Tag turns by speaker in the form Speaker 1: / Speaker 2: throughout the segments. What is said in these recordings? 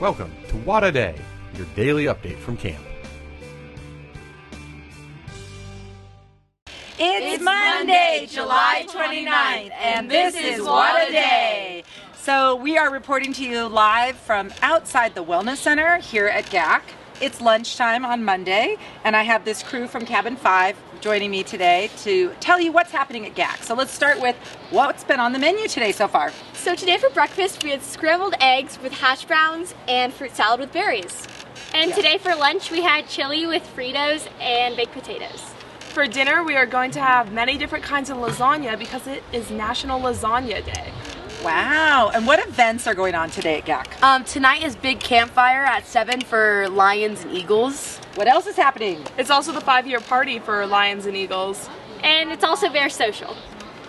Speaker 1: Welcome to What a Day, your daily update from camp.
Speaker 2: It's Monday, July 29th, and this is What a Day. So, we are reporting to you live from outside the Wellness Center here at GAC. It's lunchtime on Monday, and I have this crew from Cabin 5 joining me today to tell you what's happening at GAC. So, let's start with what's been on the menu today so far.
Speaker 3: So today for breakfast we had scrambled eggs with hash browns and fruit salad with berries.
Speaker 4: And today for lunch, we had chili with Fritos and baked potatoes.
Speaker 5: For dinner, we are going to have many different kinds of lasagna because it is National Lasagna Day.
Speaker 2: Wow, and what events are going on today at GAC?
Speaker 6: Um, tonight is big campfire at seven for lions and eagles.
Speaker 2: What else is happening?
Speaker 5: It's also the five year party for Lions and Eagles.
Speaker 4: And it's also very social.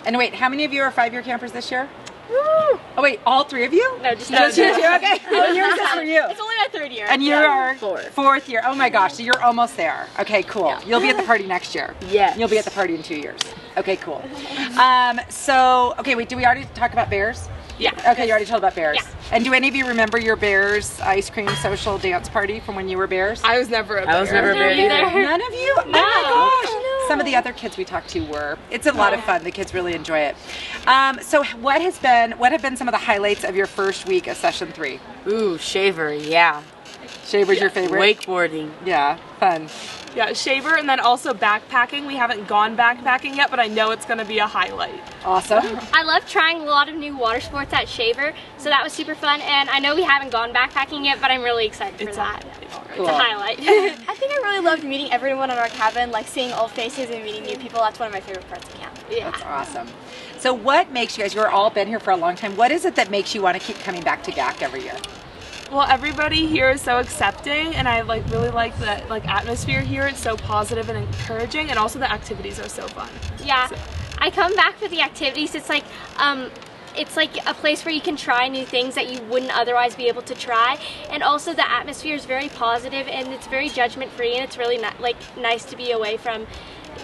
Speaker 2: And wait, how many of you are five year campers this year? Oh, wait, all three of you?
Speaker 4: No, just uh,
Speaker 2: Just you two? Okay. What year is this for you?
Speaker 4: It's only my third year.
Speaker 2: And you are
Speaker 6: Fourth.
Speaker 2: fourth year. Oh my gosh, so you're almost there. Okay, cool. You'll be at the party next year.
Speaker 6: Yes.
Speaker 2: You'll be at the party in two years. Okay, cool. Um, so, okay, wait, do we already talk about bears?
Speaker 5: Yeah.
Speaker 2: Okay, you already told about bears.
Speaker 4: Yeah.
Speaker 2: And do any of you remember your bears ice cream social dance party from when you were bears?
Speaker 5: I was never a bear.
Speaker 6: I was never
Speaker 4: Never
Speaker 6: very good.
Speaker 4: either.
Speaker 2: None of you? Oh my gosh. Some of the other kids we talked to were. It's a lot of fun. The kids really enjoy it. Um, so, what has been what have been some of the highlights of your first week of session three?
Speaker 6: Ooh, shaver, yeah.
Speaker 2: Shaver's your favorite.
Speaker 6: Wakeboarding.
Speaker 2: Yeah, fun.
Speaker 5: Yeah, shaver and then also backpacking. We haven't gone backpacking yet, but I know it's going to be a highlight.
Speaker 2: Awesome.
Speaker 4: I love trying a lot of new water sports at Shaver, so that was super fun. And I know we haven't gone backpacking yet, but I'm really excited for
Speaker 5: It's a
Speaker 4: that.
Speaker 2: Cool.
Speaker 4: It's a highlight.
Speaker 3: I think I really loved meeting everyone in our cabin, like seeing old faces and meeting new people. That's one of my favorite parts of camp.
Speaker 2: That's awesome. So, what makes you guys, you're all been here for a long time, what is it that makes you want to keep coming back to GAC every year?
Speaker 5: Well, everybody here is so accepting, and I like really like the like atmosphere here. It's so positive and encouraging, and also the activities are so fun.
Speaker 4: yeah. I come back for the activities. It's like, um, it's like a place where you can try new things that you wouldn't otherwise be able to try. And also the atmosphere is very positive and it's very judgment free and it's really ni- like nice to be away from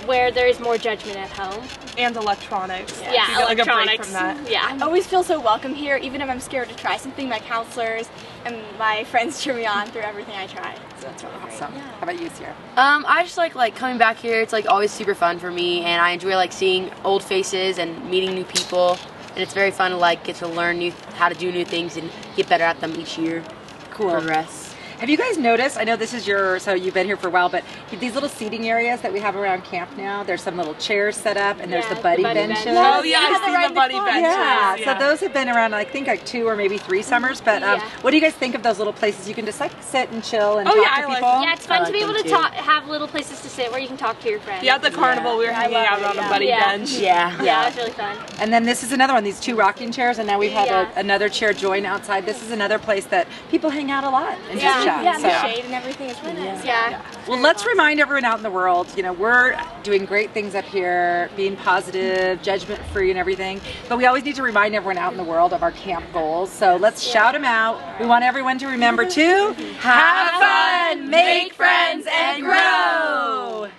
Speaker 4: where there is more judgment at home.
Speaker 5: And electronics.
Speaker 4: Yeah,
Speaker 5: You get, like, a break
Speaker 4: electronics.
Speaker 5: from that.
Speaker 4: Yeah.
Speaker 3: I always feel so welcome here, even if I'm scared to try something. My counselors and my friends cheer me on through everything I try. So that's really great.
Speaker 2: Awesome. How about you, Sierra?
Speaker 6: Um, I just like like coming back here. It's like always super fun for me, and I enjoy like seeing old faces and meeting new people. And it's very fun to like get to learn new how to do new things and get better at them each year.
Speaker 2: Cool.
Speaker 6: Progress.
Speaker 2: Have you guys noticed? I know this is your, so you've been here for a while, but these little seating areas that we have around camp now, there's some little chairs set up and there's
Speaker 4: Yeah,
Speaker 2: the
Speaker 4: the
Speaker 2: buddy,
Speaker 4: buddy
Speaker 2: benches.
Speaker 4: benches.
Speaker 5: Oh
Speaker 4: Oh,
Speaker 5: yeah,
Speaker 3: yeah,
Speaker 5: I've
Speaker 3: the
Speaker 5: seen the
Speaker 3: riding
Speaker 5: buddy
Speaker 3: before.
Speaker 5: benches.
Speaker 2: Yeah,
Speaker 5: yeah.
Speaker 2: so those have been around, I think, like two or maybe three summers. But um,
Speaker 4: Yeah.
Speaker 2: what do you guys think of those little places? You can just like sit and chill and
Speaker 5: Oh,
Speaker 2: talk
Speaker 5: yeah,
Speaker 2: to
Speaker 5: I like-
Speaker 2: people.
Speaker 4: Yeah, it's fun
Speaker 6: I
Speaker 4: to be
Speaker 6: like
Speaker 4: able
Speaker 6: them
Speaker 4: to
Speaker 6: too.
Speaker 4: talk, have little places to sit where you can talk to your friends.
Speaker 5: Yeah, at the carnival we were hanging
Speaker 3: love
Speaker 5: out
Speaker 3: it,
Speaker 5: on a
Speaker 3: yeah.
Speaker 5: buddy
Speaker 4: Yeah.
Speaker 5: bench.
Speaker 6: Yeah.
Speaker 4: yeah, it was really fun.
Speaker 2: And then this is another one, these two rocking chairs, and now we've had
Speaker 4: Yeah.
Speaker 2: a, another chair join outside. This is another place that people hang out a lot and just
Speaker 4: Yeah,
Speaker 2: chat.
Speaker 3: Yeah, and the
Speaker 2: so.
Speaker 3: shade and everything is really nice.
Speaker 4: Yeah.
Speaker 2: Well, let's remind everyone out in the world, you know, we're doing great things up here, being positive, judgment free, and everything. But we always need to remind everyone out in the world of our camp goals. So let's shout them out. We want everyone to remember to have fun, make friends, and grow.